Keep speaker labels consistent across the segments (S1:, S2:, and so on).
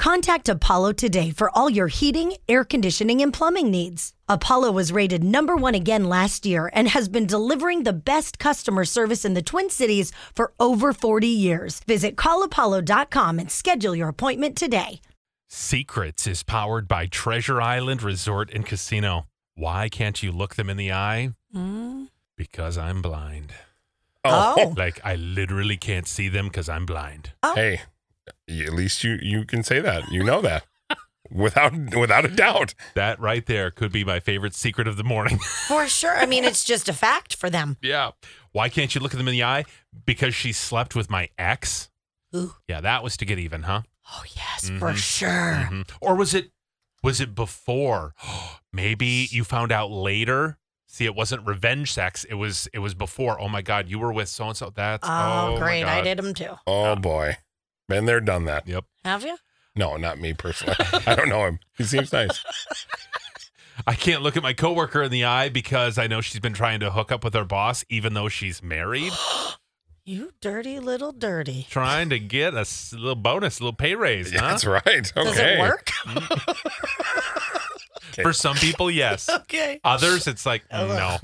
S1: Contact Apollo today for all your heating, air conditioning, and plumbing needs. Apollo was rated number one again last year and has been delivering the best customer service in the Twin Cities for over 40 years. Visit callapollo.com and schedule your appointment today.
S2: Secrets is powered by Treasure Island Resort and Casino. Why can't you look them in the eye? Because I'm blind.
S1: Oh.
S2: Like I literally can't see them because I'm blind.
S3: Hey, y- at least you you can say that. You know that. without without a doubt.
S2: That right there could be my favorite secret of the morning.
S4: For sure. I mean, it's just a fact for them.
S2: yeah. Why can't you look at them in the eye? Because she slept with my ex.
S4: Ooh.
S2: Yeah, that was to get even, huh?
S4: Oh, yes, for sure.
S2: Mhm. Or was it was it before? Maybe you found out later. See, it wasn't revenge sex. It was it was before. Oh my god, you were with so and so. That's
S4: Oh,
S2: my
S4: great. I
S2: God.
S4: did them too.
S3: Oh boy. Been there, done that.
S2: Yep.
S4: Have you?
S3: No, not me personally. I don't know him. He seems nice.
S2: I can't look at my coworker in the eye because I know she's been trying to hook up with her boss, even though she's married,
S4: You dirty little dirty.
S2: trying to get a s- little bonus, a little pay raise.
S3: Yeah,
S2: huh?
S3: That's right. Okay.
S4: Does it work?
S2: For some people, yes.
S4: okay.
S2: Others, it's like no.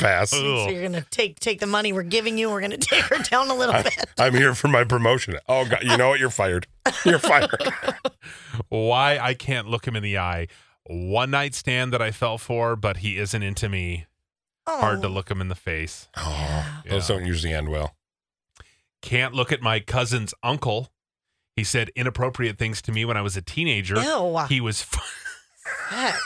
S3: pass.
S2: Ugh.
S4: So you're gonna take take the money we're giving you. We're gonna take her down a little
S3: I,
S4: bit.
S3: I'm here for my promotion. Oh god, you know what? You're fired. You're fired.
S2: Why I can't look him in the eye. One night stand that I fell for, but he isn't into me.
S4: Oh,
S2: Hard to look him in the face.
S3: Oh, those
S2: Yeah.
S3: don't usually end well.
S2: Can't look at my cousin's uncle. He said inappropriate things to me when I was a teenager.
S4: Ew.
S2: He was f-
S4: Heck.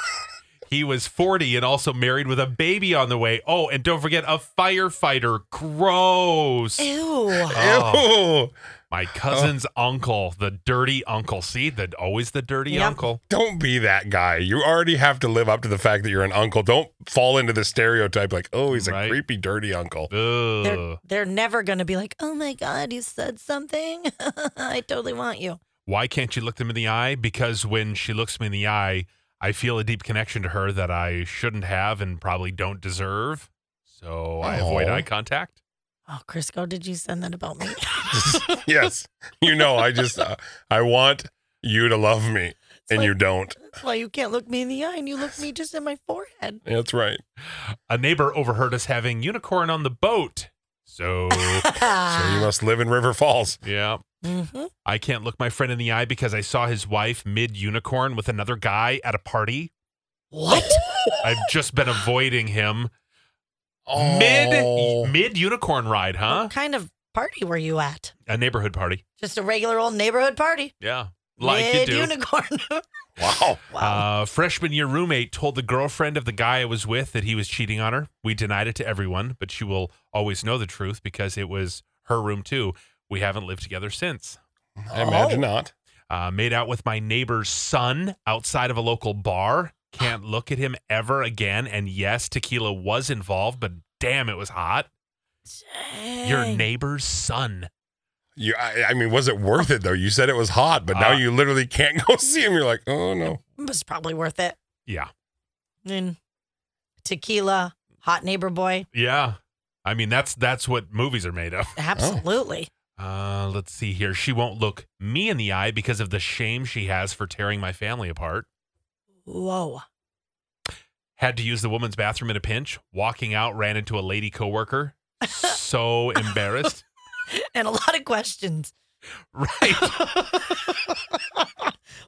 S2: he was 40 and also married with a baby on the way. Oh, and don't forget a firefighter. Gross.
S4: Eh. Ew.
S2: Oh.
S3: Ew.
S2: My cousin's uncle, the dirty uncle. See, the always the dirty
S4: Oh. Yep.
S2: uncle.
S3: Don't be that guy. You already have to live up to the fact that you're an uncle. Don't fall into the stereotype like, oh, he's a
S2: Right.
S3: creepy, dirty uncle.
S2: Ugh.
S4: They're, they're never gonna be like, oh my god, you said something. I totally want you.
S2: why can't you look them in the eye? Because when she looks me in the eye, I feel a deep connection to her that I shouldn't have and probably don't deserve. So I avoid
S3: Oh.
S2: eye contact.
S4: Oh, Crisco, did you send that about me?
S3: yes. You know, I just, uh, I want you to love me and
S4: like-
S3: you don't.
S4: That's why you can't look me in the eye and you look me just in my forehead.
S3: That's right.
S2: A neighbor overheard us having unicorn on the boat. So,
S3: So
S4: Ah.
S3: you must live in River Falls.
S2: yeah.
S4: mm-hmm.
S2: I can't look my friend in the eye because I saw his wife mid unicorn with another guy at a party.
S4: What?
S2: I've just been avoiding him.
S3: Oh.
S2: Mid mid unicorn ride, huh?
S4: What kind of party were you at?
S2: A neighborhood party.
S4: Just a regular old neighborhood party.
S2: Yeah. Like you do.
S4: unicorn.
S3: Wow.
S4: wow.
S2: Uh, freshman year roommate told the girlfriend of the guy I was with that he was cheating on her. We denied it to everyone, but she will always know the truth because it was her room too. We haven't lived together since.
S3: I imagine not.
S2: Uh, made out with my neighbor's son outside of a local bar. Can't look at him ever again. And yes, tequila was involved, but damn, it was hot. Your
S4: Dang.
S2: neighbor's son.
S3: You, I, I mean, was it worth it though? You said it was hot, but now
S2: Ah.
S3: you literally can't go see him. You're like, oh no.
S4: It was probably worth it.
S2: Yeah.
S4: And tequila, hot neighbor boy.
S2: Yeah. I mean, that's that's what movies are made of.
S4: Absolutely.
S2: Uh, let's see here. She won't look me in the eye because of the shame she has for tearing my family apart.
S4: Whoa.
S2: Had to use the woman's bathroom in a pinch. Walking out, ran into a lady coworker. So embarrassed.
S4: And a lot of questions.
S2: Right.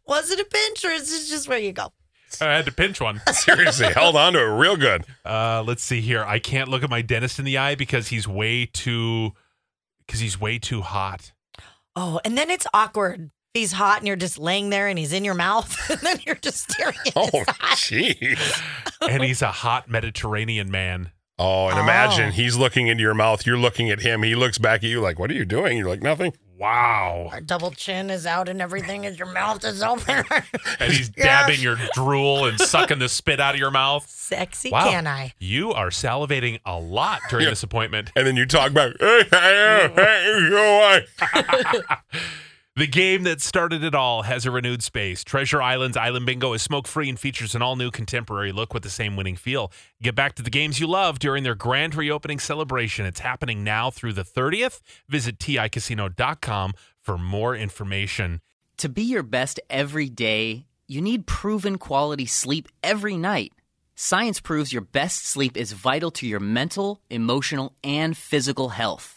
S4: Was it a pinch or is this just where you go?
S2: I had to pinch one.
S3: Seriously, held on to it real good.
S2: Uh, let's see here. I can't look at my dentist in the eye because he's way too, because he's way too hot.
S4: Oh, and then it's awkward. He's hot and you're just laying there and he's in your mouth and then you're just staring at
S3: Oh,
S4: his eyes.
S3: jeez.
S2: And he's a hot Mediterranean man.
S3: Oh, and imagine
S4: Oh.
S3: he's looking into your mouth. You're looking at him. He looks back at you like, what are you doing? You're like, nothing.
S2: Wow.
S4: Our double chin is out and everything and your mouth is open.
S2: And he's dabbing your drool and sucking the spit out of your mouth.
S4: Sexy
S2: Wow.
S4: can I?
S2: You are salivating a lot during this appointment.
S3: And then you talk back. Hey, hey, hey, you know what?
S2: The game that started it all has a renewed space. Treasure Island's Island Bingo is smoke free and features an all new contemporary look with the same winning feel. Get back to the games you love during their grand reopening celebration. It's happening now through the 30th. Visit ticasino.com for more information.
S5: To be your best every day, you need proven quality sleep every night. Science proves your best sleep is vital to your mental, emotional, and physical health.